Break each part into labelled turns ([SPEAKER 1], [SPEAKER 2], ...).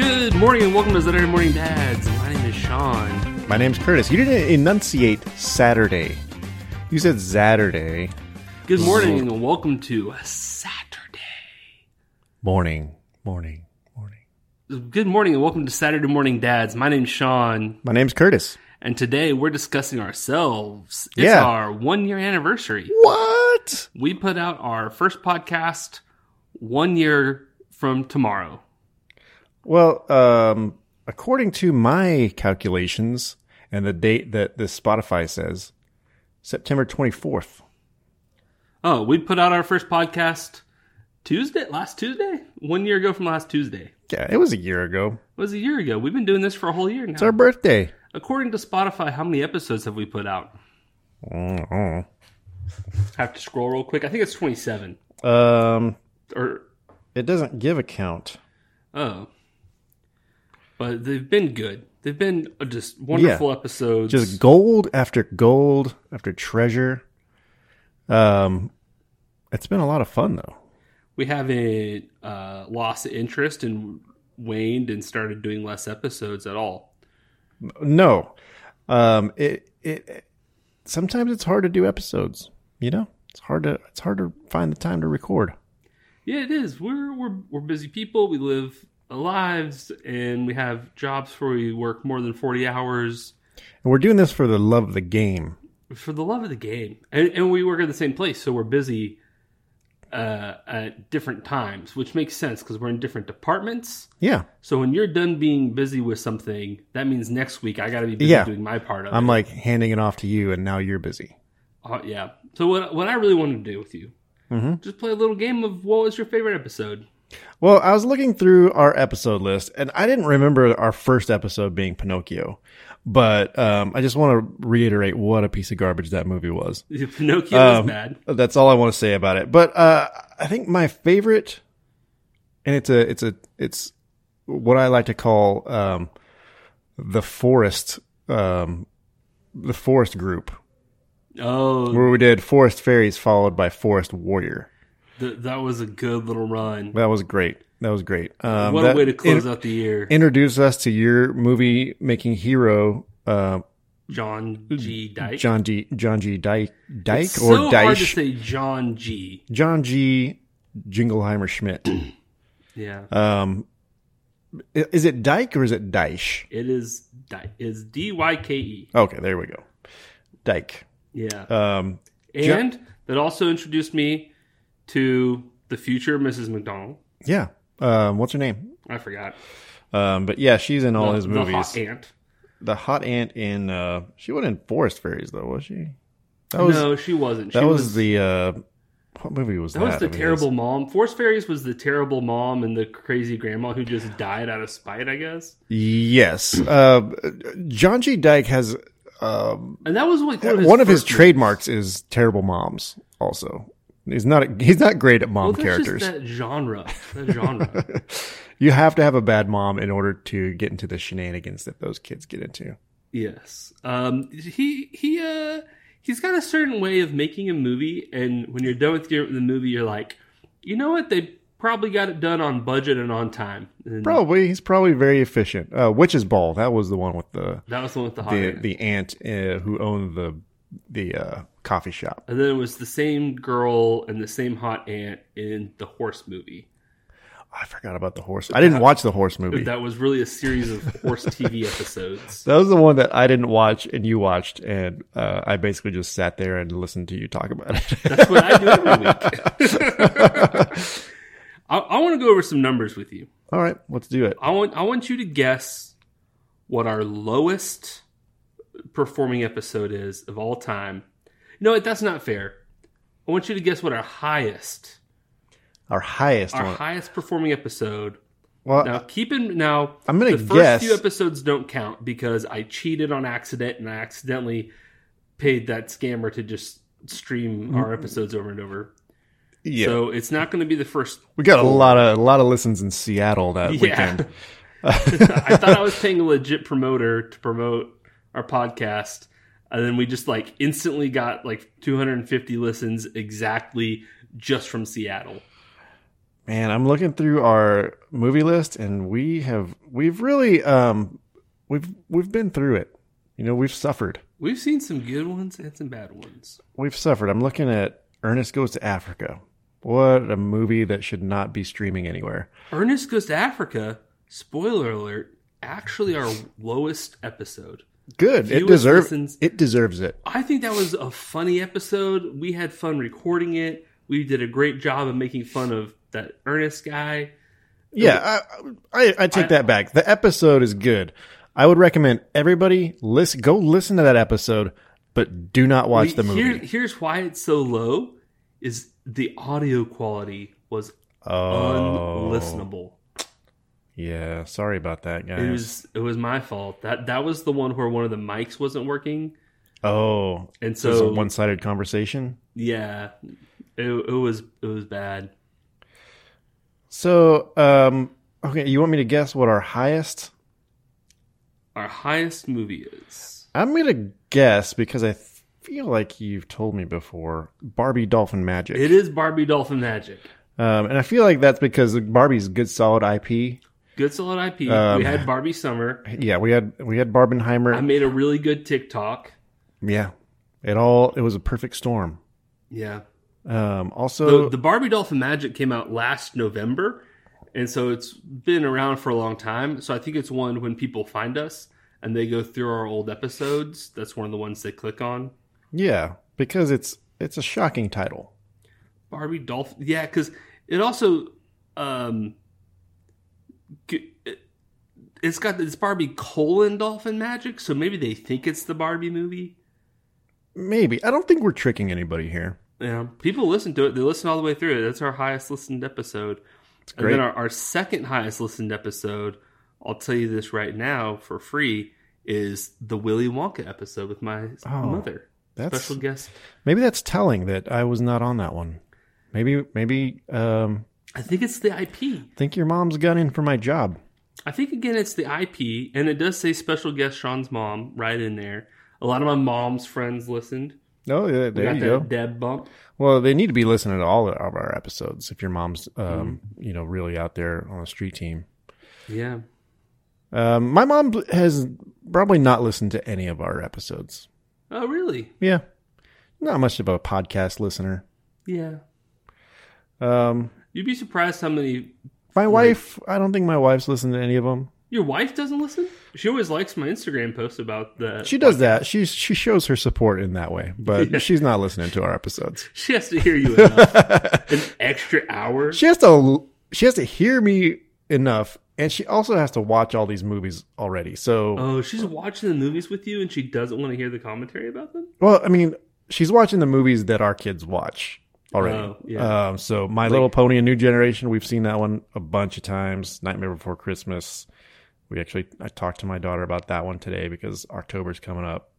[SPEAKER 1] and welcome to Saturday Morning Dads. My name is Sean.
[SPEAKER 2] My name's Curtis. You didn't enunciate Saturday. You said Saturday
[SPEAKER 1] Good morning and welcome to Saturday.
[SPEAKER 2] morning, morning, morning.
[SPEAKER 1] Good morning and welcome to Saturday Morning Dads. My name's Sean,
[SPEAKER 2] My name's Curtis.
[SPEAKER 1] and today we're discussing ourselves. It's
[SPEAKER 2] Yeah.
[SPEAKER 1] our one year anniversary.
[SPEAKER 2] What?
[SPEAKER 1] We put out our first podcast one year from tomorrow.
[SPEAKER 2] Well, um, according to my calculations and the date that this Spotify says, September 24th.
[SPEAKER 1] Oh, we put out our first podcast Tuesday, last Tuesday? One year ago from last Tuesday.
[SPEAKER 2] Yeah, it was a year ago.
[SPEAKER 1] It was a year ago. We've been doing this for a whole year now.
[SPEAKER 2] It's our birthday.
[SPEAKER 1] According to Spotify, how many episodes have we put out?
[SPEAKER 2] Mm-mm.
[SPEAKER 1] I have to scroll real quick. I think it's 27.
[SPEAKER 2] Um,
[SPEAKER 1] Or,
[SPEAKER 2] it doesn't give a count.
[SPEAKER 1] oh. But they've been good. They've been just wonderful episodes.
[SPEAKER 2] just gold after gold after treasure. Um, it's been a lot of fun though.
[SPEAKER 1] we haven't uh, lost interest and waned and started doing less episodes at all.
[SPEAKER 2] No, um, it, it it- sometimes it's hard to do episodes. You know, it's hard to it's hard to find the time to record.
[SPEAKER 1] Yeah, it is. We're we're we're busy people. We live lives and we have jobs where we work more than 40 hours
[SPEAKER 2] And we're doing this for the love of the game.
[SPEAKER 1] for the love of the game. And, and we work at the same place, so we're busy uh, at different times, which makes sense because we're in different departments.
[SPEAKER 2] Yeah,
[SPEAKER 1] So when you're done being busy with something, that means next week I got to be busy
[SPEAKER 2] Yeah.
[SPEAKER 1] doing my part of
[SPEAKER 2] I'm
[SPEAKER 1] it.
[SPEAKER 2] like handing it off to you, and now you're busy.
[SPEAKER 1] Uh, yeah. So what what I really wanted to do with you,
[SPEAKER 2] Mhm.
[SPEAKER 1] just play a little game of what was your favorite episode?
[SPEAKER 2] Well, I was looking through our episode list, and I didn't remember our first episode being Pinocchio, but um, I just want to reiterate what a piece of garbage that movie was.
[SPEAKER 1] Pinocchio
[SPEAKER 2] Um,
[SPEAKER 1] was bad.
[SPEAKER 2] That's all I want to say about it. But uh, I think my favorite, and it's a it's a it's what I like to call um, the forest um, the forest group,
[SPEAKER 1] Oh,
[SPEAKER 2] where we did forest fairies followed by forest warrior.
[SPEAKER 1] th- that was a good little run.
[SPEAKER 2] That was great. That was great. Um,
[SPEAKER 1] what
[SPEAKER 2] that
[SPEAKER 1] a way to close
[SPEAKER 2] in-
[SPEAKER 1] out the year,
[SPEAKER 2] Introduce us to your movie making hero, uh,
[SPEAKER 1] John G. Dyke.
[SPEAKER 2] John G. John G. Dyke, Dyke
[SPEAKER 1] It's
[SPEAKER 2] or
[SPEAKER 1] so hard to
[SPEAKER 2] Dyche,
[SPEAKER 1] say John G.
[SPEAKER 2] John G. Jingleheimer Schmidt.
[SPEAKER 1] Yeah,
[SPEAKER 2] Um, i- is it Dyke or is it Dyche?
[SPEAKER 1] it is Dyke. Is D Y K E.
[SPEAKER 2] Okay, there we go. Dyke.
[SPEAKER 1] Yeah,
[SPEAKER 2] Um,
[SPEAKER 1] and that also introduced me to the future Mrs. McDonald.
[SPEAKER 2] yeah. Um, what's her name?
[SPEAKER 1] I forgot
[SPEAKER 2] Um, but yeah, she's in all his
[SPEAKER 1] the,
[SPEAKER 2] movies.
[SPEAKER 1] The hot aunt.
[SPEAKER 2] The hot aunt in uh, she wasn't in Forest Fairies though, was she? That was
[SPEAKER 1] no, she wasn't.
[SPEAKER 2] that
[SPEAKER 1] she
[SPEAKER 2] was, the uh, what movie was that?
[SPEAKER 1] that was the
[SPEAKER 2] I mean,
[SPEAKER 1] terrible mom. Force Fairies was the terrible mom and the crazy grandma who just died out of spite, I guess.
[SPEAKER 2] Yes. Uh, John G. Dyke has um,
[SPEAKER 1] And that was like one of his,
[SPEAKER 2] one of his
[SPEAKER 1] first movies.
[SPEAKER 2] trademarks is terrible moms. Also, he's not he's not great at
[SPEAKER 1] Well,
[SPEAKER 2] mom
[SPEAKER 1] that's just
[SPEAKER 2] characters.
[SPEAKER 1] that genre, that genre.
[SPEAKER 2] you have to have a bad mom in order to get into the shenanigans that those kids get into.
[SPEAKER 1] Yes. Um he he uh he's got a certain way of making a movie and when you're done with your, the movie you're like, "You know what? They probably got it done on budget and on time." And
[SPEAKER 2] Probably he's probably very efficient. Uh, Witch's Ball that was the one with the
[SPEAKER 1] that was the one with the hot
[SPEAKER 2] the,
[SPEAKER 1] aunt.
[SPEAKER 2] the aunt uh, who owned the the uh, coffee shop.
[SPEAKER 1] And then it was the same girl and the same hot aunt in the horse movie.
[SPEAKER 2] I forgot about the horse. I didn't watch the horse movie.
[SPEAKER 1] That was really a series of horse TV episodes.
[SPEAKER 2] That was the one that I didn't watch and you watched, and uh, I basically just sat there and listened to you talk about it.
[SPEAKER 1] That's what I do every week. I, I want to go over some numbers with you.
[SPEAKER 2] All right, let's do it.
[SPEAKER 1] I want I want you to guess what our lowest performing episode is of all time. No, what? that's not fair. I want you to guess what our highest
[SPEAKER 2] Our highest
[SPEAKER 1] our
[SPEAKER 2] one.
[SPEAKER 1] highest performing episode.
[SPEAKER 2] well,
[SPEAKER 1] Now keep in now
[SPEAKER 2] I'm gonna
[SPEAKER 1] the first
[SPEAKER 2] guess-
[SPEAKER 1] few episodes don't count because I cheated on accident and I accidentally paid that scammer to just stream our episodes over and over.
[SPEAKER 2] Mm-hmm. yeah,
[SPEAKER 1] So it's not going to be the first.
[SPEAKER 2] we got a lot of a lot of listens in Seattle that
[SPEAKER 1] Yeah.
[SPEAKER 2] weekend.
[SPEAKER 1] I thought I was paying a legit promoter to promote our podcast, and then we just like instantly got like 250 listens exactly just from Seattle.
[SPEAKER 2] man, I'm looking through our movie list, and we have we've really um we've we've been through it. You know, we've suffered.
[SPEAKER 1] We've seen some good ones and some bad ones.
[SPEAKER 2] We've suffered. I'm looking at Ernest Goes to Africa. What a movie that should not be streaming anywhere.
[SPEAKER 1] Ernest Goes to Africa, spoiler alert, actually our lowest episode.
[SPEAKER 2] Good.
[SPEAKER 1] Fewest
[SPEAKER 2] it deserves
[SPEAKER 1] listens.
[SPEAKER 2] it deserves it.
[SPEAKER 1] I think that was a funny episode. We had fun recording it. We did a great job of making fun of that Ernest guy.
[SPEAKER 2] Yeah, I, I, I take that back. The episode is good. I would recommend everybody listen, go listen to that episode, but do not watch the movie.
[SPEAKER 1] Here- here's why it's so low is the audio quality was
[SPEAKER 2] oh,
[SPEAKER 1] unlistenable.
[SPEAKER 2] yeah. Sorry about that, guys.
[SPEAKER 1] It was it was my fault. That that was the one where one of the mics wasn't working.
[SPEAKER 2] oh,
[SPEAKER 1] And
[SPEAKER 2] so it was a
[SPEAKER 1] so
[SPEAKER 2] one-sided conversation.
[SPEAKER 1] yeah, it, it was it was bad.
[SPEAKER 2] So, um, okay, you want me to guess what our highest?
[SPEAKER 1] Our highest movie is
[SPEAKER 2] I'm gonna guess because I feel like you've told me before. Barbie Dolphin Magic.
[SPEAKER 1] it is Barbie Dolphin Magic.
[SPEAKER 2] Um, and I feel like that's because Barbie's good, solid IP.
[SPEAKER 1] Good solid IP.
[SPEAKER 2] Um,
[SPEAKER 1] we had Barbie Summer.
[SPEAKER 2] Yeah, we had we had Barbenheimer.
[SPEAKER 1] I made a really good TikTok.
[SPEAKER 2] Yeah. It all it was a perfect storm.
[SPEAKER 1] Yeah.
[SPEAKER 2] Um also
[SPEAKER 1] The, the Barbie Dolphin Magic came out last November, and so it's been around for a long time. So I think it's one when people find us and they go through our old episodes. That's one of the ones they click on.
[SPEAKER 2] yeah, because it's it's a shocking title.
[SPEAKER 1] Barbie Dolphin. Yeah, because it also, um, g- it- it's got this Barbie colon Dolphin Magic, so maybe they think it's the Barbie movie.
[SPEAKER 2] Maybe. I don't think we're tricking anybody here.
[SPEAKER 1] Yeah, people listen to it. They listen all the way through it. That's our highest listened episode. And
[SPEAKER 2] great.
[SPEAKER 1] then our, our second highest listened episode, I'll tell you this right now for free, is the Willy Wonka episode with my
[SPEAKER 2] Oh,
[SPEAKER 1] mother.
[SPEAKER 2] That's
[SPEAKER 1] Special guest.
[SPEAKER 2] maybe that's telling that I was not on that one. Maybe maybe um
[SPEAKER 1] I think it's the IP.
[SPEAKER 2] think your mom's got in for my job.
[SPEAKER 1] I think again it's the IP, and it does say special guest Sean's mom right in there. A lot of my mom's friends listened.
[SPEAKER 2] Oh yeah, there
[SPEAKER 1] Got
[SPEAKER 2] you
[SPEAKER 1] that
[SPEAKER 2] go.
[SPEAKER 1] Deb bump.
[SPEAKER 2] Well, they need to be listening to all of our episodes if your mom's um,
[SPEAKER 1] Mm-hmm.
[SPEAKER 2] you know, really out there on the street team.
[SPEAKER 1] Yeah,
[SPEAKER 2] Um, my mom has probably not listened to any of our episodes.
[SPEAKER 1] Oh, really?
[SPEAKER 2] Yeah. Not much of a podcast listener.
[SPEAKER 1] Yeah.
[SPEAKER 2] Um,
[SPEAKER 1] You'd be surprised how many.
[SPEAKER 2] my wife, I don't think my wife's listened to any of them.
[SPEAKER 1] Your wife doesn't listen. She always likes my Instagram posts about the.
[SPEAKER 2] She does that. She's she shows her support in that way, but she's not listening to our episodes.
[SPEAKER 1] She has to hear you enough. An extra hour.
[SPEAKER 2] She has to she has to hear me enough, and she also has to watch all these movies already. So,
[SPEAKER 1] Oh, she's watching the movies with you, and she doesn't want to hear the commentary about them.
[SPEAKER 2] well, I mean, she's watching the movies that our kids watch already.
[SPEAKER 1] Oh, yeah.
[SPEAKER 2] Um, so, My Little Pony: A New Generation, we've seen that one a bunch of times. Nightmare Before Christmas. We actually, I talked to my daughter about that one today because October's coming up.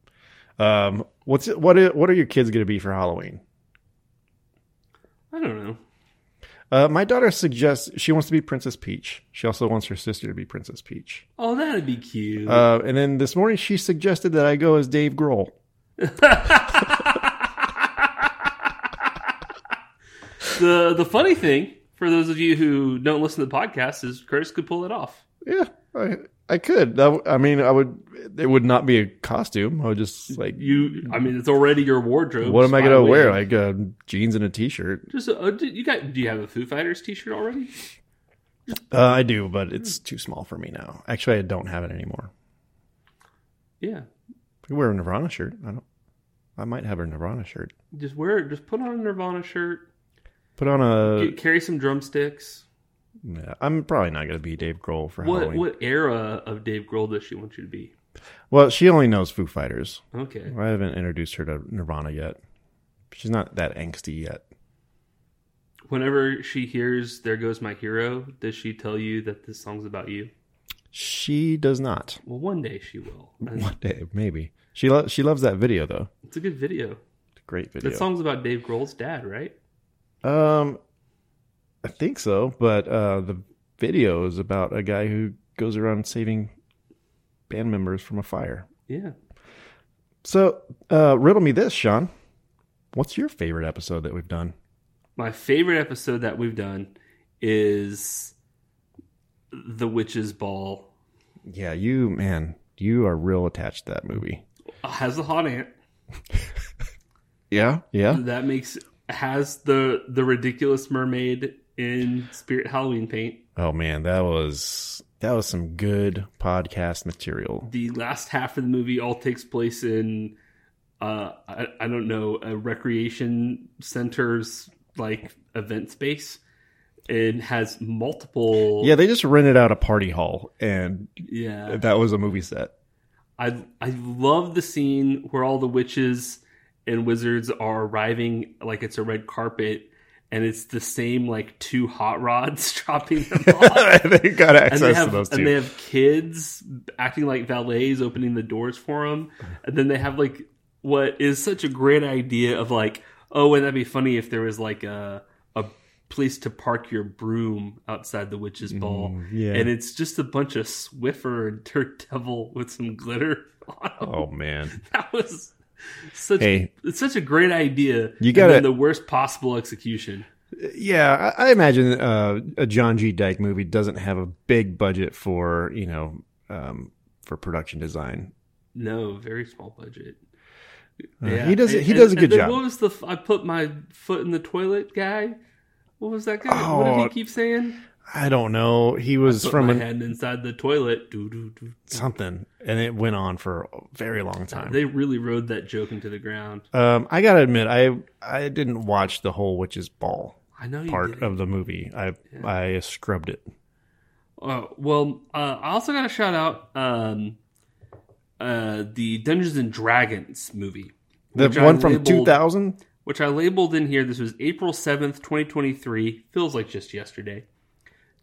[SPEAKER 2] Um, what's it, what? Are, what are your kids going to be for Halloween?
[SPEAKER 1] I don't know.
[SPEAKER 2] Uh, my daughter suggests she wants to be Princess Peach. She also wants her sister to be Princess Peach.
[SPEAKER 1] Oh, that'd be cute.
[SPEAKER 2] Uh, and then this morning she suggested that I go as Dave Grohl.
[SPEAKER 1] the the funny thing for those of you who don't listen to the podcast is Curtis could pull it off.
[SPEAKER 2] Yeah, I, I could. That w- I mean, I would. It would not be a costume. I would just like.
[SPEAKER 1] You, I mean, it's already your wardrobe.
[SPEAKER 2] What am I
[SPEAKER 1] Spy
[SPEAKER 2] gonna
[SPEAKER 1] Wave.
[SPEAKER 2] wear? Like uh, jeans and a t-shirt.
[SPEAKER 1] Just uh, do- you got? Do you have a Foo Fighters T-shirt already?
[SPEAKER 2] Uh, I do, but it's too small for me now. Actually, I don't have it anymore.
[SPEAKER 1] Yeah,
[SPEAKER 2] I could wear a Nirvana shirt. I don't. I might have a Nirvana shirt.
[SPEAKER 1] just wear it. Just put on a Nirvana shirt.
[SPEAKER 2] Put on a.
[SPEAKER 1] Get- carry some drumsticks.
[SPEAKER 2] Yeah, I'm probably not gonna be Dave Grohl for
[SPEAKER 1] What
[SPEAKER 2] Halloween.
[SPEAKER 1] what era of Dave Grohl does she want you to be?
[SPEAKER 2] Well, she only knows Foo Fighters.
[SPEAKER 1] Okay,
[SPEAKER 2] I haven't introduced her to Nirvana yet. She's not that angsty yet.
[SPEAKER 1] whenever she hears "There Goes My Hero," does she tell you that this song's about you?
[SPEAKER 2] She does not.
[SPEAKER 1] Well, one day she will. And
[SPEAKER 2] One day, maybe. She lo- she loves that video though.
[SPEAKER 1] It's a good video.
[SPEAKER 2] It's a great video.
[SPEAKER 1] That song's about Dave Grohl's dad, right?
[SPEAKER 2] Um, I think so, but uh, the video is about a guy who goes around saving band members from a fire.
[SPEAKER 1] Yeah.
[SPEAKER 2] So, uh, riddle me this, Sean. What's your favorite episode that we've done?
[SPEAKER 1] My favorite episode that we've done is The Witch's Ball.
[SPEAKER 2] Yeah, you man, you are real attached to that movie.
[SPEAKER 1] Has a hot aunt.
[SPEAKER 2] Yeah, yeah.
[SPEAKER 1] That makes has the the ridiculous mermaid in Spirit Halloween paint.
[SPEAKER 2] Oh man, that was that was some good podcast material.
[SPEAKER 1] The last half of the movie all takes place in uh I, I don't know, a recreation center's like event space and has multiple
[SPEAKER 2] Yeah, they just rented out a party hall, and
[SPEAKER 1] yeah.
[SPEAKER 2] that was a movie set.
[SPEAKER 1] I I love the scene where all the witches and wizards are arriving like it's a red carpet and it's the same like two hot rods dropping them off.
[SPEAKER 2] they got
[SPEAKER 1] And they,
[SPEAKER 2] access to
[SPEAKER 1] have,
[SPEAKER 2] those
[SPEAKER 1] and they
[SPEAKER 2] two.
[SPEAKER 1] have kids acting like valets opening the doors for them. And then they have like what is such a great idea of like, oh, wouldn't that be funny if there was like a a place to park your broom outside the witch's ball?
[SPEAKER 2] Mm, yeah.
[SPEAKER 1] And it's just a bunch of Swiffer and Dirt Devil with some glitter on 'em.
[SPEAKER 2] oh man,
[SPEAKER 1] That was such
[SPEAKER 2] Hey.
[SPEAKER 1] it's such a great idea.
[SPEAKER 2] You
[SPEAKER 1] and
[SPEAKER 2] gotta-
[SPEAKER 1] then the worst possible execution.
[SPEAKER 2] yeah. I, I imagine uh, a John G. Dyke movie doesn't have a big budget for you know um, for production design.
[SPEAKER 1] No, very small budget.
[SPEAKER 2] Uh, he does- he does a good
[SPEAKER 1] then
[SPEAKER 2] job.
[SPEAKER 1] What was the f- I put my foot in the toilet guy? What was that guy? what
[SPEAKER 2] Oh,
[SPEAKER 1] did he keep saying?
[SPEAKER 2] I don't know. He was
[SPEAKER 1] Put
[SPEAKER 2] from
[SPEAKER 1] my
[SPEAKER 2] an,
[SPEAKER 1] hand inside the toilet. Doo, doo, doo.
[SPEAKER 2] something, and it went on for a very long time.
[SPEAKER 1] They really rode that joke into the ground.
[SPEAKER 2] Um, I gotta admit, I I didn't watch the whole witch's ball
[SPEAKER 1] I know you
[SPEAKER 2] part
[SPEAKER 1] did.
[SPEAKER 2] of the movie. I I scrubbed it.
[SPEAKER 1] Uh, well, uh, I also got to shout out um, uh, the Dungeons and Dragons movie.
[SPEAKER 2] The
[SPEAKER 1] which I
[SPEAKER 2] one from
[SPEAKER 1] labeled-
[SPEAKER 2] two thousand.
[SPEAKER 1] which I labeled in here. This was April 7th, 2023. Feels like just yesterday.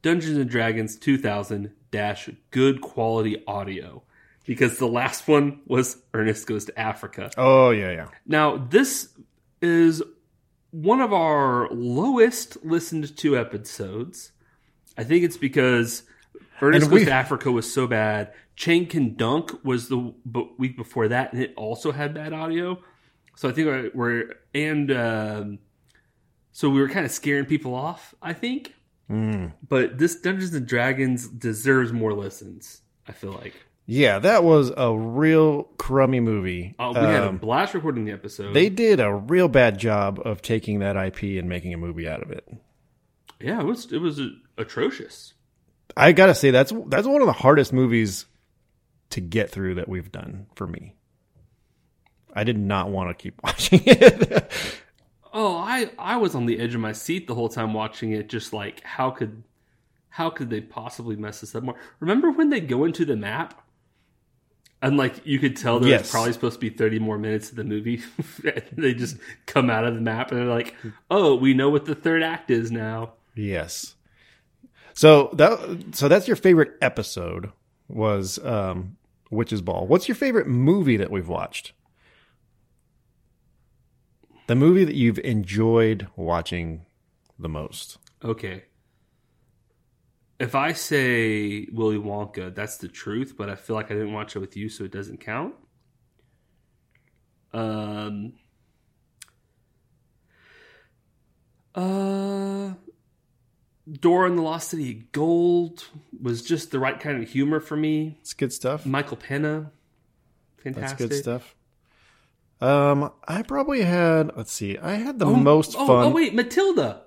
[SPEAKER 1] Dungeons and Dragons 2000 dash good quality audio because the last one was Ernest Goes to Africa.
[SPEAKER 2] Oh yeah, yeah.
[SPEAKER 1] Now, this is one of our lowest listened to episodes. I think it's because Ernest
[SPEAKER 2] And
[SPEAKER 1] Goes
[SPEAKER 2] we-
[SPEAKER 1] to Africa was so bad. Chang Can Dunk was the b- week before that, and it also had bad audio. So I think we're, we're and um, so we were kind of scaring people off. I think,
[SPEAKER 2] Mm.
[SPEAKER 1] but this Dungeons and Dragons deserves more listens. I feel like
[SPEAKER 2] Yeah, that was a real crummy movie.
[SPEAKER 1] oh, we had a
[SPEAKER 2] Um,
[SPEAKER 1] blast recording the episode.
[SPEAKER 2] they did a real bad job of taking that IP and making a movie out of it.
[SPEAKER 1] yeah, it was it was uh, atrocious.
[SPEAKER 2] I gotta say that's that's one of the hardest movies to get through that we've done for me. I did not want to keep watching it.
[SPEAKER 1] Oh, I I was on the edge of my seat the whole time watching it. Just like how could how could they possibly mess this up more? Remember when they go into the map and like you could tell there's
[SPEAKER 2] Yes.
[SPEAKER 1] probably supposed to be thirty more minutes of the movie. they just come out of the map and they're like, oh, we know what the third act is now.
[SPEAKER 2] yes. So that so that's your favorite episode was um, Witch's Ball. What's your favorite movie that we've watched? The movie that you've enjoyed watching the most.
[SPEAKER 1] Okay. If I say Willy Wonka, that's the truth, but I feel like I didn't watch it with you, so it doesn't count. Um. Uh. Dora and the Lost City of Gold was just the right kind of humor for me.
[SPEAKER 2] It's good stuff.
[SPEAKER 1] Michael Pena,
[SPEAKER 2] That's
[SPEAKER 1] fantastic.
[SPEAKER 2] good stuff. Um, I probably had. Let's see. I had the
[SPEAKER 1] Oh,
[SPEAKER 2] most
[SPEAKER 1] oh,
[SPEAKER 2] fun.
[SPEAKER 1] Oh wait, Matilda.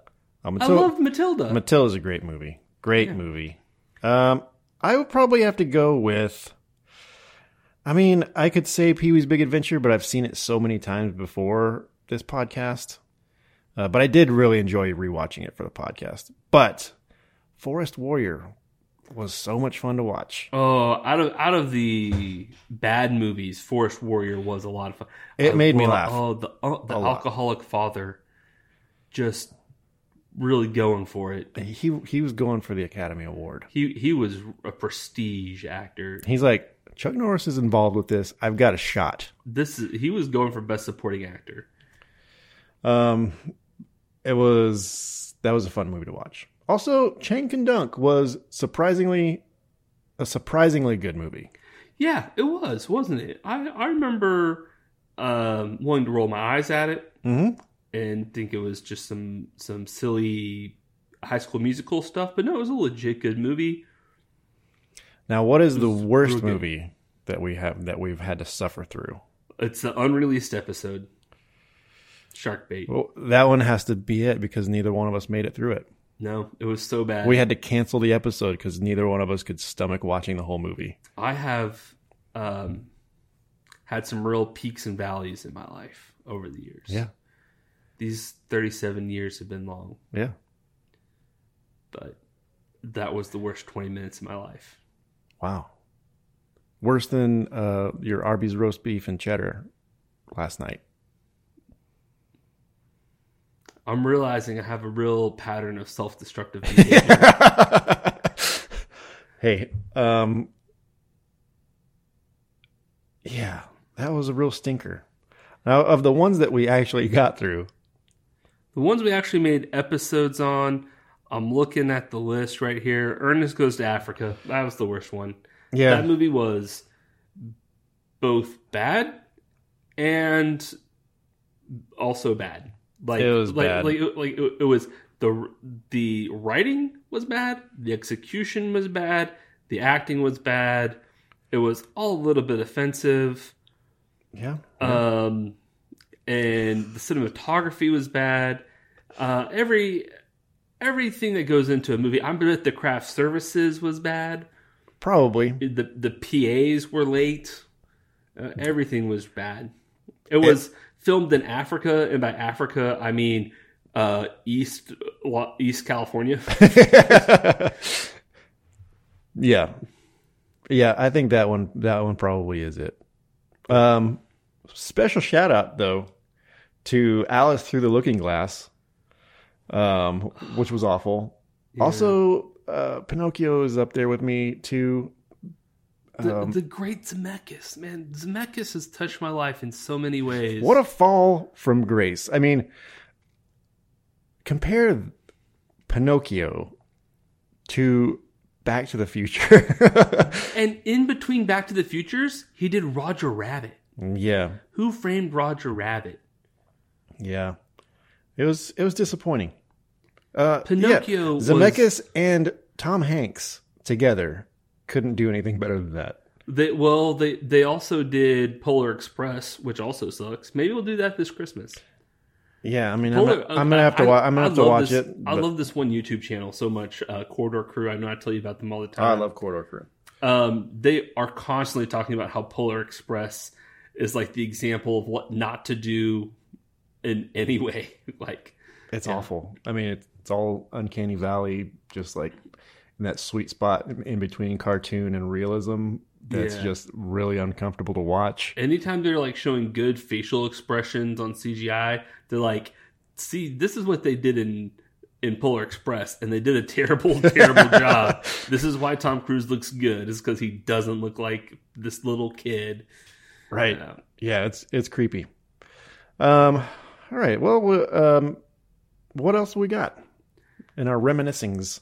[SPEAKER 2] Uh,
[SPEAKER 1] I
[SPEAKER 2] Matil-
[SPEAKER 1] love Matilda.
[SPEAKER 2] Matilda's a great movie. Great movie. Um, I would probably have to go with. I mean, I could say Pee Wee's Big Adventure, but I've seen it so many times before this podcast. Uh, but I did really enjoy rewatching it for the podcast. But Forest Warrior was so much fun to watch.
[SPEAKER 1] Oh, out of out of the bad movies, Forest Warrior was a lot of fun.
[SPEAKER 2] It
[SPEAKER 1] I
[SPEAKER 2] made me
[SPEAKER 1] wa-
[SPEAKER 2] laugh.
[SPEAKER 1] Oh, the oh, the
[SPEAKER 2] A lot.
[SPEAKER 1] alcoholic father, just really going for it.
[SPEAKER 2] He he was going for the Academy Award.
[SPEAKER 1] He he was a prestige actor.
[SPEAKER 2] He's like, Chuck Norris is involved with this. I've got a shot.
[SPEAKER 1] This is, he was going for best supporting actor.
[SPEAKER 2] Um, it was that was a fun movie to watch. Also, Chang Can Dunk was surprisingly a surprisingly good movie.
[SPEAKER 1] Yeah, it was, wasn't it? I I remember um, wanting to roll my eyes at it
[SPEAKER 2] Mm-hmm.
[SPEAKER 1] and think it was just some some silly High School Musical stuff, but no, it was a legit good movie.
[SPEAKER 2] Now, what is the
[SPEAKER 1] It's
[SPEAKER 2] worst
[SPEAKER 1] real good.
[SPEAKER 2] movie that we have that we've had to suffer through?
[SPEAKER 1] It's the unreleased episode, Shark Bait.
[SPEAKER 2] Well, that one has to be it because neither one of us made it through it.
[SPEAKER 1] No, it was so bad.
[SPEAKER 2] We had to cancel the episode because neither one of us could stomach watching the whole movie.
[SPEAKER 1] I have um, had some real peaks and valleys in my life over the years.
[SPEAKER 2] Yeah.
[SPEAKER 1] These 37 years have been long,
[SPEAKER 2] Yeah.
[SPEAKER 1] but that was the worst 20 minutes of my life.
[SPEAKER 2] Wow. Worse than uh, your Arby's roast beef and cheddar last night.
[SPEAKER 1] I'm realizing I have a real pattern of self destructive
[SPEAKER 2] hey, um, yeah, that was a real stinker. Now, of the ones that we actually got through,
[SPEAKER 1] The ones we actually made episodes on, I'm looking at the list right here. Ernest Goes to Africa. That was the worst one.
[SPEAKER 2] yeah,
[SPEAKER 1] That movie was both bad and also bad. Like
[SPEAKER 2] It was
[SPEAKER 1] like
[SPEAKER 2] bad.
[SPEAKER 1] like, it, like it, it was the the writing was bad, the execution was bad, the acting was bad. It was all a little bit offensive.
[SPEAKER 2] yeah,
[SPEAKER 1] Um, and the cinematography was bad. Uh, every everything that goes into a movie, I bet the craft services was bad.
[SPEAKER 2] probably.
[SPEAKER 1] The the PAs were late. Uh, everything was bad. It was filmed in Africa, and by Africa I mean uh, East Wa- East California.
[SPEAKER 2] yeah, yeah, I think that one that one probably is it. Um, special shout out though to Alice Through the Looking Glass, um, which was awful. Also, uh, Pinocchio is up there with me too.
[SPEAKER 1] the,
[SPEAKER 2] Um,
[SPEAKER 1] the great Zemeckis, man, Zemeckis has touched my life in so many ways.
[SPEAKER 2] What a fall from grace! I mean, compare Pinocchio to Back to the Future.
[SPEAKER 1] And in between Back to the Futures, he did Roger Rabbit.
[SPEAKER 2] yeah,
[SPEAKER 1] Who framed Roger Rabbit?
[SPEAKER 2] yeah, it was it was disappointing. Uh, yeah,
[SPEAKER 1] Pinocchio was-
[SPEAKER 2] Zemeckis and Tom Hanks together couldn't do anything better than that.
[SPEAKER 1] They, well, they they also did Polar Express, which also sucks. Maybe we'll do that this Christmas.
[SPEAKER 2] Yeah, I mean, I'm,
[SPEAKER 1] Polar-
[SPEAKER 2] not- I'm gonna have to.
[SPEAKER 1] I-
[SPEAKER 2] wa- I'm gonna
[SPEAKER 1] I
[SPEAKER 2] have to
[SPEAKER 1] love
[SPEAKER 2] watch
[SPEAKER 1] this-
[SPEAKER 2] it.
[SPEAKER 1] I
[SPEAKER 2] but-
[SPEAKER 1] love this one YouTube channel so much, uh, Corridor Crew. I know I tell you about them all the
[SPEAKER 2] Oh, I
[SPEAKER 1] time.
[SPEAKER 2] love Corridor Crew.
[SPEAKER 1] um, they are constantly talking about how Polar Express is like the example of what not to do in any way. like
[SPEAKER 2] It's awful. I mean, it's, it's all uncanny valley, just like in that sweet spot in between cartoon and realism. That's
[SPEAKER 1] Yeah.
[SPEAKER 2] just really uncomfortable to watch.
[SPEAKER 1] anytime they're like showing good facial expressions on CGI, they're like, see, this is what they did in in Polar Express, and they did a terrible, terrible job. This is why Tom Cruise looks good, is because he doesn't look like this little kid.
[SPEAKER 2] Right?
[SPEAKER 1] Uh,
[SPEAKER 2] Yeah, it's it's creepy. Um, all right. Well, we- um, what else we got in our reminiscings?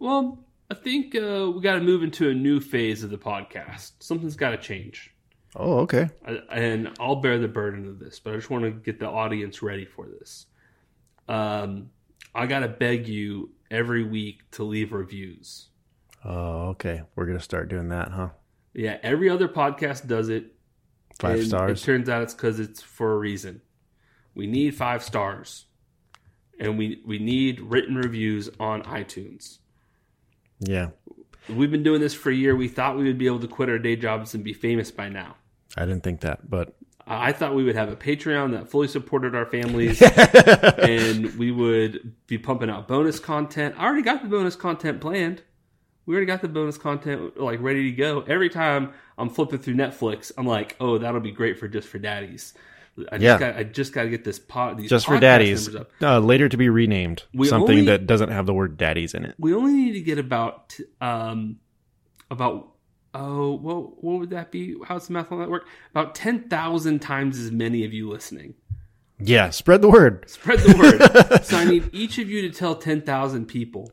[SPEAKER 1] well, I think uh, we got to move into a new phase of the podcast. Something's got to change.
[SPEAKER 2] Oh, okay.
[SPEAKER 1] I- and I'll bear the burden of this, but I just want to get the audience ready for this. Um, I gotta beg you every week to leave reviews.
[SPEAKER 2] Oh, okay. We're gonna start doing that, huh?
[SPEAKER 1] Yeah, every other podcast does it.
[SPEAKER 2] Five
[SPEAKER 1] and It
[SPEAKER 2] stars.
[SPEAKER 1] turns out it's because it's for a reason. We need five stars, and we we need written reviews on iTunes.
[SPEAKER 2] Yeah,
[SPEAKER 1] We've been doing this for a year. We thought we would be able to quit our day jobs and be famous by now. Uh,
[SPEAKER 2] I didn't think that, but
[SPEAKER 1] I I thought we would have a Patreon that fully supported our families. and we would be pumping out bonus content. I already got the bonus content planned. We already got the bonus content like ready to go. Every time I'm flipping through Netflix, I'm like, "Oh, that'll be great for just for daddies." I
[SPEAKER 2] Yeah.
[SPEAKER 1] just got I just got to get this pod these
[SPEAKER 2] just for
[SPEAKER 1] podcast
[SPEAKER 2] daddies.
[SPEAKER 1] numbers up.
[SPEAKER 2] Uh, later to be renamed.
[SPEAKER 1] We
[SPEAKER 2] something
[SPEAKER 1] only-
[SPEAKER 2] that doesn't have the word daddies in it.
[SPEAKER 1] We only need to get about um about oh what what would that be? How's the math on that work? About ten thousand times as many of you listening.
[SPEAKER 2] Yeah, spread the word.
[SPEAKER 1] Spread the word. so I need each of you to tell 10,000 people.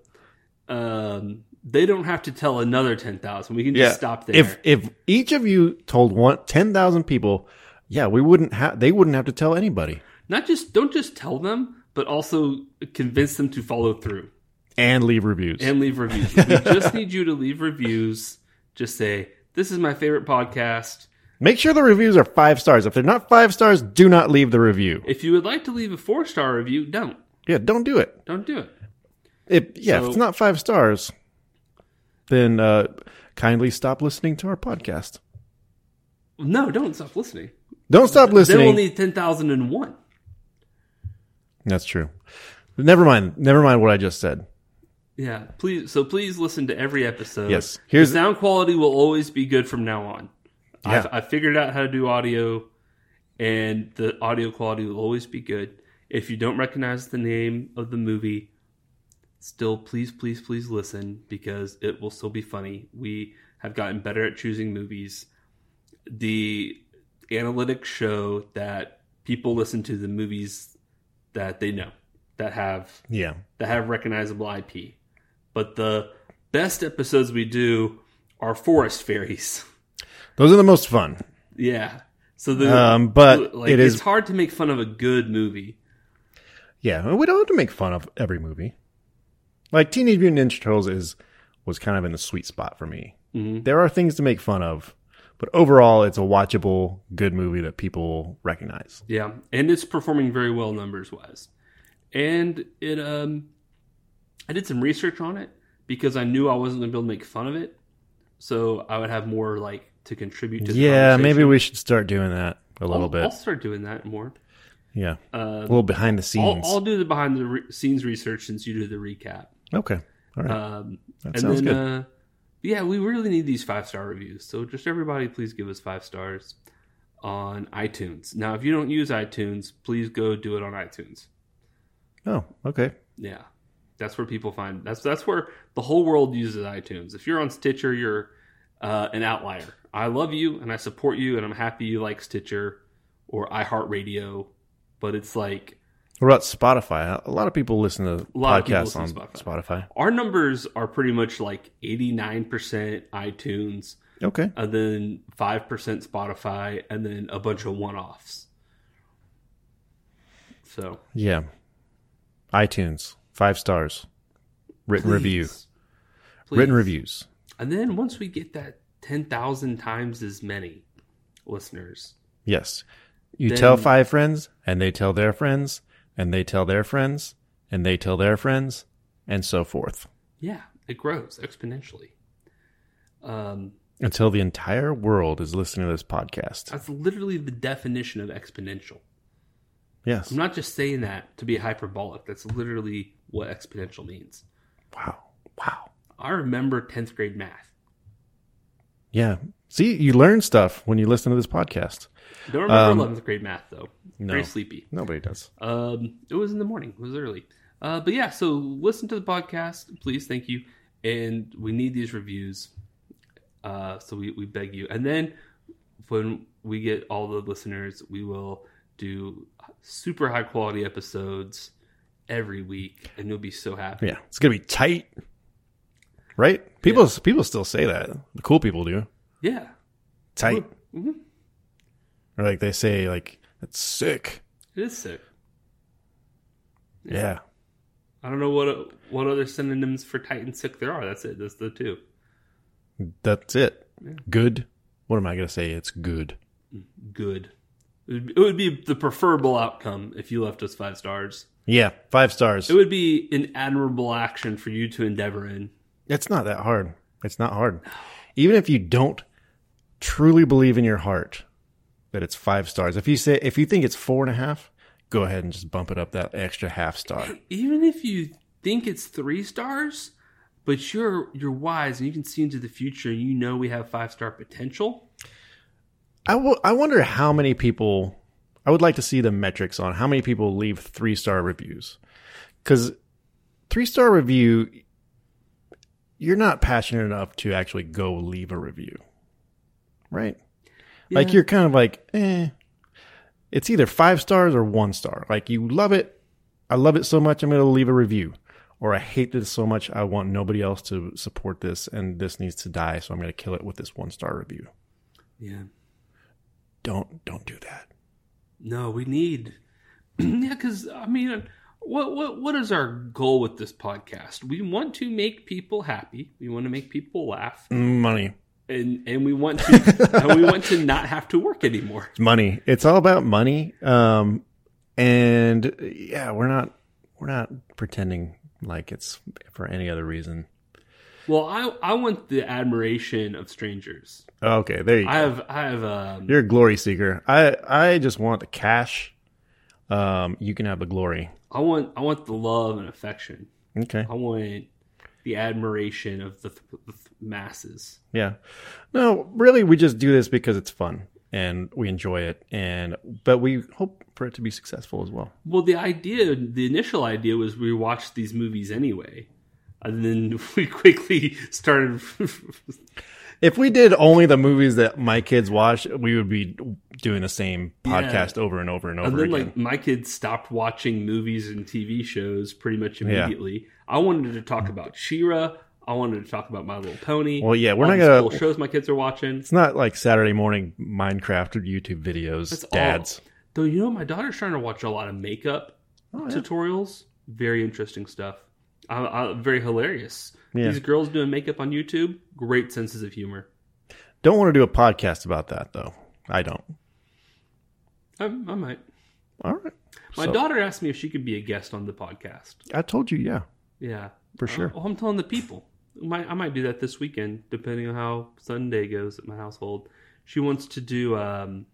[SPEAKER 1] Um, they don't have to tell another 10,000. We can just stop there.
[SPEAKER 2] If if each of you told one ten thousand people, yeah, we wouldn't have. They wouldn't have to tell anybody.
[SPEAKER 1] Not just, don't just tell them, but also convince them to follow through.
[SPEAKER 2] and leave reviews.
[SPEAKER 1] and leave reviews. we just need you to leave reviews. Just say this is my favorite podcast.
[SPEAKER 2] Make sure the reviews are five stars. If they're not five stars, do not leave the review.
[SPEAKER 1] If you would like to leave a four star review, don't
[SPEAKER 2] Yeah, don't do it.
[SPEAKER 1] don't do it.
[SPEAKER 2] If yeah, if
[SPEAKER 1] So-
[SPEAKER 2] it's not five stars, then uh, kindly stop listening to our podcast.
[SPEAKER 1] No, don't stop listening.
[SPEAKER 2] Don't stop
[SPEAKER 1] Then
[SPEAKER 2] listening.
[SPEAKER 1] we'll need ten thousand and one.
[SPEAKER 2] That's true. Never mind. Never mind what I just said.
[SPEAKER 1] Yeah, please. So please listen to every episode.
[SPEAKER 2] Yes. Here's-
[SPEAKER 1] the sound quality will always be good from now on.
[SPEAKER 2] Yeah.
[SPEAKER 1] I've, I figured out how to do audio, and the audio quality will always be good. If you don't recognize the name of the movie, still please, please, please listen because it will still be funny. We have gotten better at choosing movies. The analytics show that people listen to the movies that they know that have
[SPEAKER 2] Yeah.
[SPEAKER 1] that have recognizable IP. But the best episodes we do are forest fairies.
[SPEAKER 2] Those are the most fun.
[SPEAKER 1] yeah. So the
[SPEAKER 2] Um, but
[SPEAKER 1] like,
[SPEAKER 2] it is-
[SPEAKER 1] it's hard to make fun of a good movie.
[SPEAKER 2] Yeah, we don't have to make fun of every movie. Like Teenage Mutant Ninja Turtles is was kind of in the sweet spot for me.
[SPEAKER 1] Mhm.
[SPEAKER 2] There are things to make fun of, but overall, it's a watchable, good movie that people recognize.
[SPEAKER 1] Yeah, and it's performing very well numbers wise. And it um I did some research on it because I knew I wasn't going to be able to make fun of it. So I would have more like to contribute to the
[SPEAKER 2] Yeah, maybe
[SPEAKER 1] conversation.
[SPEAKER 2] we should start doing that a little
[SPEAKER 1] I'll,
[SPEAKER 2] bit.
[SPEAKER 1] I'll start doing that more.
[SPEAKER 2] yeah, a
[SPEAKER 1] Uh,
[SPEAKER 2] little behind the
[SPEAKER 1] I'll,
[SPEAKER 2] scenes.
[SPEAKER 1] I'll do the behind the re- scenes research since you do the recap.
[SPEAKER 2] okay, all right.
[SPEAKER 1] Um,
[SPEAKER 2] That
[SPEAKER 1] and
[SPEAKER 2] sounds
[SPEAKER 1] then,
[SPEAKER 2] good.
[SPEAKER 1] Uh, yeah, we really need these five star reviews. So just everybody, please give us five stars on iTunes. Now, if you don't use iTunes, please go do it on iTunes.
[SPEAKER 2] oh, okay.
[SPEAKER 1] Yeah, that's where people find that's that's where the whole world uses iTunes. If you're on Stitcher, you're uh, an outlier. I love you and I support you, and I'm happy you like Stitcher or iHeartRadio. But it's like
[SPEAKER 2] What about Spotify? A lot of people listen to
[SPEAKER 1] lot of people
[SPEAKER 2] podcasts
[SPEAKER 1] listen to
[SPEAKER 2] on
[SPEAKER 1] Spotify.
[SPEAKER 2] Spotify.
[SPEAKER 1] our numbers are pretty much like 89% iTunes.
[SPEAKER 2] Okay,
[SPEAKER 1] and then 5% Spotify, and then a bunch of one offs. So,
[SPEAKER 2] yeah. iTunes, five stars, written review,
[SPEAKER 1] please,
[SPEAKER 2] written
[SPEAKER 1] please.
[SPEAKER 2] reviews.
[SPEAKER 1] And then once we get that 10,000 times as many listeners,
[SPEAKER 2] Yes. You
[SPEAKER 1] Then-
[SPEAKER 2] tell five friends, and they tell their friends, and they tell their friends, and they tell their friends, and so forth
[SPEAKER 1] yeah, it grows exponentially. Um,
[SPEAKER 2] until the entire world is listening to this podcast.
[SPEAKER 1] that's literally the definition of exponential.
[SPEAKER 2] Yes.
[SPEAKER 1] I'm not just saying that to be hyperbolic, that's literally what exponential means.
[SPEAKER 2] Wow. Wow.
[SPEAKER 1] I remember 10th grade math.
[SPEAKER 2] Yeah. See, you learn stuff when you listen to this podcast.
[SPEAKER 1] Don't remember
[SPEAKER 2] Um,
[SPEAKER 1] 11th grade math, though.
[SPEAKER 2] No.
[SPEAKER 1] Very sleepy.
[SPEAKER 2] Nobody does.
[SPEAKER 1] Um, it was in the morning. It was early. Uh, but yeah, so listen to the podcast, please. Thank you. And we need these reviews. Uh, so we, we beg you. And then when we get all the listeners, we will do super high quality episodes every week, and you'll be so happy.
[SPEAKER 2] Yeah. It's gonna be tight. Right? People people still say that. The cool people do.
[SPEAKER 1] Yeah.
[SPEAKER 2] Tight.
[SPEAKER 1] Mhm.
[SPEAKER 2] Or like they say, like, that's sick.
[SPEAKER 1] It is sick.
[SPEAKER 2] Yeah.
[SPEAKER 1] I don't know what what other synonyms for tight and sick there are. That's it. That's the two.
[SPEAKER 2] That's it. Good. What am I gonna say? It's good.
[SPEAKER 1] good. It would, it would be the preferable outcome if you left us five stars.
[SPEAKER 2] Yeah, five stars.
[SPEAKER 1] It would be an admirable action for you to endeavor in.
[SPEAKER 2] It's not that hard. It's not hard. Even if you don't truly believe in your heart that it's five stars, if you say if you think it's four and a half, go ahead and just bump it up that extra half star.
[SPEAKER 1] Even if you think it's three stars, but you're you're wise and you can see into the future and you know we have five star potential.
[SPEAKER 2] I wo- I wonder how many people. I would like to see the metrics on how many people leave three star reviews, because three star review, you're not passionate enough to actually go leave a review, right? Like
[SPEAKER 1] Yeah.
[SPEAKER 2] you're kind of like, eh. It's either five stars or one star. Like you love it, I love it so much I'm going to leave a review, or I hate this so much I want nobody else to support this and this needs to die, so I'm going to kill it with this one star review.
[SPEAKER 1] Yeah.
[SPEAKER 2] Don't don't do that.
[SPEAKER 1] No, we need. yeah, because I mean, what what what is our goal with this podcast? We want to make people happy. We want to make people laugh,
[SPEAKER 2] Money.
[SPEAKER 1] and and we want to and we want to not have to work anymore.
[SPEAKER 2] It's money. It's all about money. Um, and yeah, we're not we're not pretending like it's for any other reason.
[SPEAKER 1] Well, I I want the admiration of strangers.
[SPEAKER 2] Okay, there you go.
[SPEAKER 1] I have I have um
[SPEAKER 2] You're a glory seeker. I I just want the cash. Um, you can have the glory.
[SPEAKER 1] I want I want the love and affection.
[SPEAKER 2] Okay.
[SPEAKER 1] I want the admiration of the, th- the th- masses.
[SPEAKER 2] Yeah. No, really, we just do this because it's fun and we enjoy it, and but we hope for it to be successful as well.
[SPEAKER 1] Well, the idea, the initial idea was we watched these movies anyway. And then we quickly started.
[SPEAKER 2] If we did only the movies that my kids watch, we would be doing the same podcast over and over and
[SPEAKER 1] and
[SPEAKER 2] over
[SPEAKER 1] then,
[SPEAKER 2] again.
[SPEAKER 1] like, my kids stopped watching movies and TV shows pretty much immediately. I wanted to talk about Shira. I wanted to talk about My Little Pony.
[SPEAKER 2] well, yeah, we're
[SPEAKER 1] all
[SPEAKER 2] not
[SPEAKER 1] these
[SPEAKER 2] gonna.
[SPEAKER 1] cool shows my kids are watching.
[SPEAKER 2] It's not like Saturday morning Minecraft or YouTube videos.
[SPEAKER 1] That's all.
[SPEAKER 2] dads.
[SPEAKER 1] Though you know, my daughter's trying to watch a lot of makeup
[SPEAKER 2] Oh, yeah.
[SPEAKER 1] tutorials. Very interesting stuff. I, I, very hilarious.
[SPEAKER 2] Yeah.
[SPEAKER 1] These girls doing makeup on YouTube. Great senses of humor.
[SPEAKER 2] Don't want to do a podcast about that though. I don't.
[SPEAKER 1] I, I might.
[SPEAKER 2] All right.
[SPEAKER 1] My
[SPEAKER 2] So,
[SPEAKER 1] daughter asked me if she could be a guest on the podcast.
[SPEAKER 2] I told you, yeah,
[SPEAKER 1] Yeah,
[SPEAKER 2] for sure.
[SPEAKER 1] Oh, I'm telling the people. I might, I might do that this weekend, depending on how Sunday goes at my household. She wants to do. um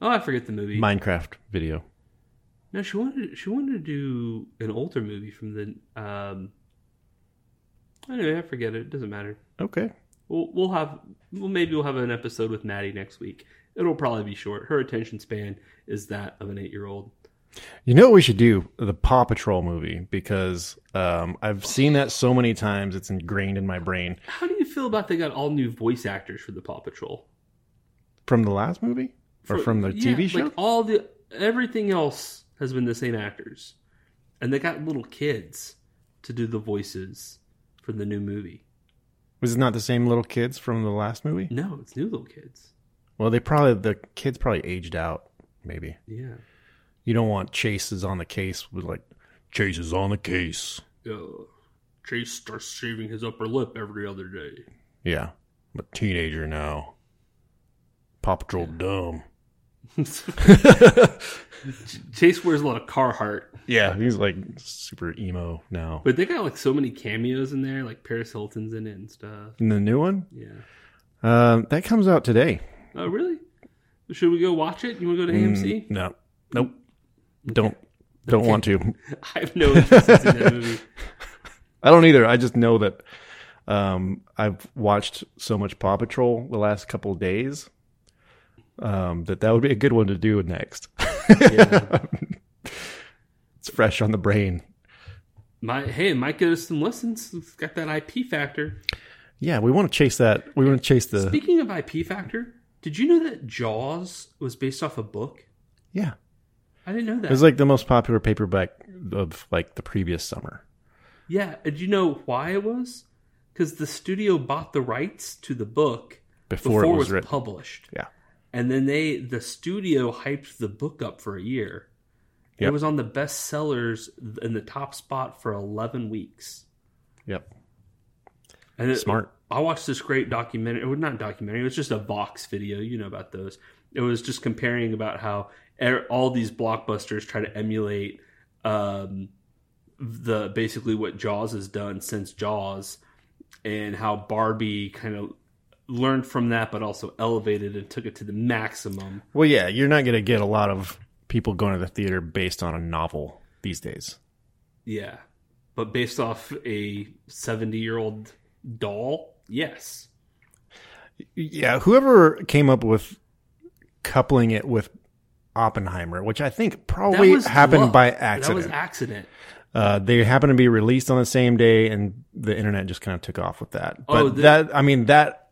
[SPEAKER 1] Oh, I forget the movie.
[SPEAKER 2] Minecraft video.
[SPEAKER 1] no, she wanted she wanted to do an older movie from the. um Anyway, I forget it. It doesn't matter.
[SPEAKER 2] Okay.
[SPEAKER 1] We'll, we'll have well maybe we'll have an episode with Maddie next week. It'll probably be short. Her attention span is that of an eight year old.
[SPEAKER 2] You know what we should do? The Paw Patrol movie because um, I've seen that so many times; it's ingrained in my brain
[SPEAKER 1] How do you feel about they got all new voice actors for the Paw Patrol?
[SPEAKER 2] from the last movie or
[SPEAKER 1] For-
[SPEAKER 2] from the
[SPEAKER 1] yeah,
[SPEAKER 2] TV show.
[SPEAKER 1] Like all the everything else has been the same actors, and they got little kids to do the voices for the new movie.
[SPEAKER 2] Was it not the same little kids from the last movie?
[SPEAKER 1] No, it's new little kids.
[SPEAKER 2] Well, they probably the kids probably aged out. Maybe
[SPEAKER 1] Yeah.
[SPEAKER 2] you don't want chases on the case with like chases on the case.
[SPEAKER 1] Uh, Chase starts shaving his upper lip every other day.
[SPEAKER 2] Yeah, I'm a teenager now. Paw Patrol dumb.
[SPEAKER 1] Chase wears a lot of Carhartt,
[SPEAKER 2] yeah, he's like super emo now.
[SPEAKER 1] but they got like so many cameos in there, like Paris Hilton's in it and stuff.
[SPEAKER 2] And the new one
[SPEAKER 1] Yeah.
[SPEAKER 2] um, that comes out today.
[SPEAKER 1] Oh, really? Should we go watch it? You want to go to AMC?
[SPEAKER 2] Mm, No, nope. Don't don't want to.
[SPEAKER 1] I have no interest in seeing that movie.
[SPEAKER 2] I don't either. I just know that um, I've watched so much Paw Patrol the last couple of days um, that that would be a good one to do next.
[SPEAKER 1] Yeah.
[SPEAKER 2] It's fresh on the brain.
[SPEAKER 1] My hey, it might get us some listens. It's got that IP factor.
[SPEAKER 2] Yeah, we want to chase that. We want to chase the.
[SPEAKER 1] Speaking of IP factor, did you know that Jaws was based off a book?
[SPEAKER 2] Yeah,
[SPEAKER 1] I didn't know that.
[SPEAKER 2] it was like the most popular paperback of like the previous summer.
[SPEAKER 1] yeah, and you know why it was? Because the studio bought the rights to the book
[SPEAKER 2] Before it was written.
[SPEAKER 1] published,
[SPEAKER 2] Yeah,
[SPEAKER 1] and then they the studio hyped the book up for a year. It
[SPEAKER 2] Yep.
[SPEAKER 1] was on the bestsellers in the top spot for eleven weeks.
[SPEAKER 2] yep,
[SPEAKER 1] And it-
[SPEAKER 2] smart.
[SPEAKER 1] I watched this great documentary. It was not documentary. It was just a Vox video. You know about those. It was just comparing about how er- all these blockbusters try to emulate um, the basically what Jaws has done since Jaws, and how Barbie kind of learned from that, but also elevated and took it to the maximum.
[SPEAKER 2] Well, yeah, you're not going to get a lot of people going to the theater based on a novel these days.
[SPEAKER 1] Yeah, but based off a seventy-year-old doll, yes.
[SPEAKER 2] Yeah, whoever came up with coupling it with Oppenheimer, which I think probably Oh, happened
[SPEAKER 1] luck.
[SPEAKER 2] by
[SPEAKER 1] That was
[SPEAKER 2] accident.
[SPEAKER 1] accident.
[SPEAKER 2] uh, they happened to be released on the same day, and the internet just kind of took off with that. But
[SPEAKER 1] Oh, the-
[SPEAKER 2] that, I mean, that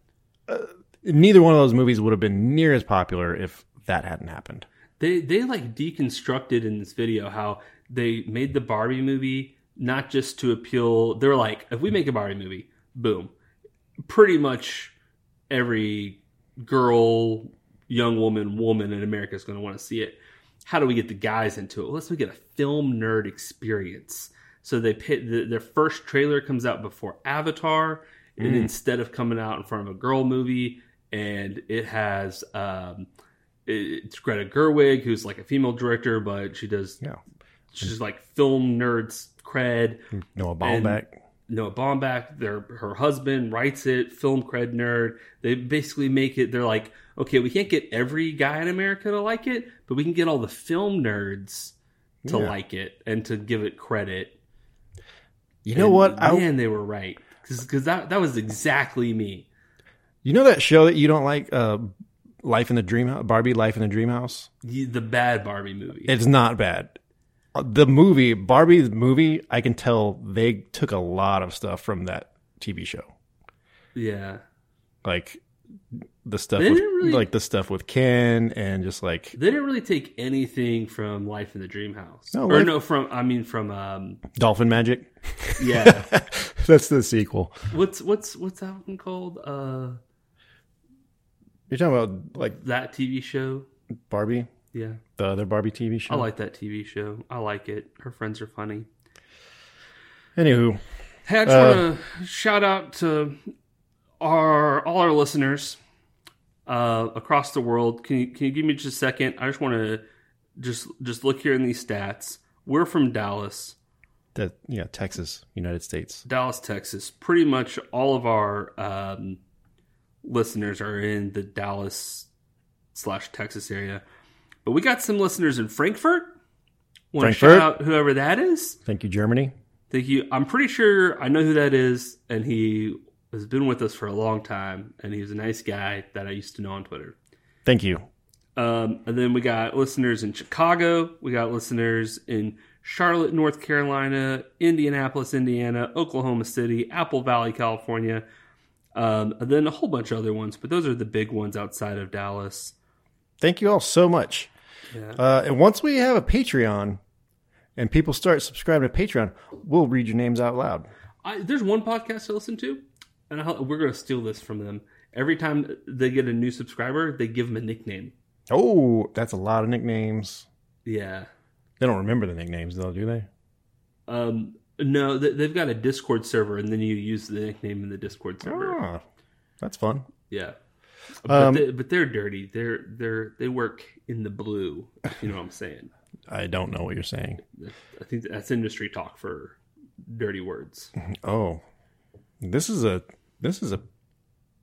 [SPEAKER 2] uh, neither one of those movies would have been near as popular if that hadn't happened.
[SPEAKER 1] they they like deconstructed in this video how they made the Barbie movie not just to appeal. They were like, if we make a Barbie movie, boom, pretty much every girl, young woman, woman in America is going to want to see it. how do we get the guys into it? Well, let's make it a film nerd experience. So they pit, the, their first trailer comes out before Avatar, and instead of coming out in front of a girl movie, and it has um, it- it's Greta Gerwig, who's like a female director, but she does
[SPEAKER 2] Yeah.
[SPEAKER 1] she's like film nerds cred.
[SPEAKER 2] Noah Baumbach.
[SPEAKER 1] Noah Baumbach, their her husband writes it, film cred nerd. They basically make it. They're like, okay, we can't get every guy in America to like it, but we can get all the film nerds to
[SPEAKER 2] Yeah.
[SPEAKER 1] like it and to give it credit.
[SPEAKER 2] You know
[SPEAKER 1] And
[SPEAKER 2] what? I,
[SPEAKER 1] Man, they were right because that that was exactly me.
[SPEAKER 2] you know that show that you don't like, uh, Life in the Dream House, Barbie Life in the Dream House?
[SPEAKER 1] The the bad Barbie movie.
[SPEAKER 2] It's not bad. Uh, The movie, Barbie the movie, I can tell they took a lot of stuff from that TV show.
[SPEAKER 1] yeah,
[SPEAKER 2] Like the stuff
[SPEAKER 1] They
[SPEAKER 2] with,
[SPEAKER 1] didn't really-
[SPEAKER 2] like the stuff with Ken and just like
[SPEAKER 1] they didn't really take anything from Life in the Dream House,
[SPEAKER 2] No,
[SPEAKER 1] or
[SPEAKER 2] Life-
[SPEAKER 1] no, from I mean from um
[SPEAKER 2] Dolphin Magic.
[SPEAKER 1] yeah.
[SPEAKER 2] That's the sequel.
[SPEAKER 1] what's what's what's that one called? Uh,
[SPEAKER 2] You're talking about like
[SPEAKER 1] that TV show.
[SPEAKER 2] Barbie,
[SPEAKER 1] Yeah.
[SPEAKER 2] the other Barbie TV show.
[SPEAKER 1] Oh, I like that TV show. I like it. Her friends are funny.
[SPEAKER 2] Anywho,
[SPEAKER 1] Hey, I just
[SPEAKER 2] Uh,
[SPEAKER 1] want to shout out to our all our listeners uh, across the world. Can you, can you give me just a second? I just want to just just look here in these stats. We're from Dallas,
[SPEAKER 2] that yeah, Texas, United States.
[SPEAKER 1] Dallas, Texas. Pretty much all of our um, listeners are in the Dallas slash Texas area, but we got some listeners in Frankfurt. Want to shout
[SPEAKER 2] Frankfurt?
[SPEAKER 1] out whoever that is.
[SPEAKER 2] Thank you, Germany.
[SPEAKER 1] Thank you. I'm pretty sure I know who that is, and he has been with us for a long time, and he was a nice guy that I used to know on Twitter.
[SPEAKER 2] Thank you.
[SPEAKER 1] Um, and then we got listeners in Chicago, we got listeners in Charlotte, North Carolina, Indianapolis, Indiana, Oklahoma City, Apple Valley, California, um, and then a whole bunch of other ones, but those are the big ones outside of Dallas.
[SPEAKER 2] Thank you all so much.
[SPEAKER 1] Yeah.
[SPEAKER 2] Uh, and once we have a Patreon and people start subscribing to Patreon, we'll read your names out loud.
[SPEAKER 1] I, there's one podcast I listen to, and I, we're going to steal this from them. Every time they get a new subscriber, they give them a nickname.
[SPEAKER 2] Oh, that's a lot of nicknames.
[SPEAKER 1] Yeah.
[SPEAKER 2] They don't remember the nicknames though, do they?
[SPEAKER 1] Um, no, th- they've got a Discord server, and then you use the nickname in the Discord server.
[SPEAKER 2] Ah, that's fun.
[SPEAKER 1] Yeah, but,
[SPEAKER 2] Um,
[SPEAKER 1] they, but they're dirty. They're they're they work in the blue. If you know what I'm saying?
[SPEAKER 2] I don't know what you're saying.
[SPEAKER 1] I think that's industry talk for dirty words.
[SPEAKER 2] Oh, this is a this is a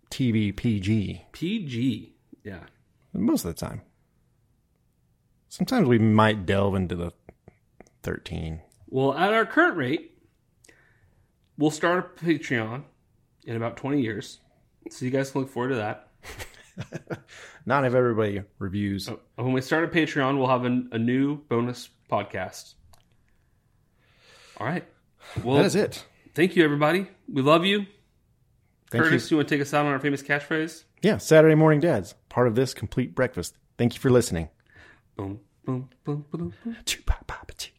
[SPEAKER 2] TV PG
[SPEAKER 1] PG. Yeah.
[SPEAKER 2] most of the time. Sometimes we might delve into the thirteen.
[SPEAKER 1] Well, at our current rate, we'll start a Patreon in about 20 years. So you guys can look forward to that.
[SPEAKER 2] Not if everybody reviews.
[SPEAKER 1] When we start a Patreon, we'll have an, a new bonus podcast. All right. Well,
[SPEAKER 2] that is it.
[SPEAKER 1] Thank you, everybody. We love you.
[SPEAKER 2] Thank you.
[SPEAKER 1] Curtis, you want to take us out on our famous catchphrase?
[SPEAKER 2] Yeah, Saturday morning dads, part of this complete breakfast. Thank you for listening.
[SPEAKER 1] Boom, boom, boom, boom, boom.
[SPEAKER 2] Choo-pa-pa-pa-choo.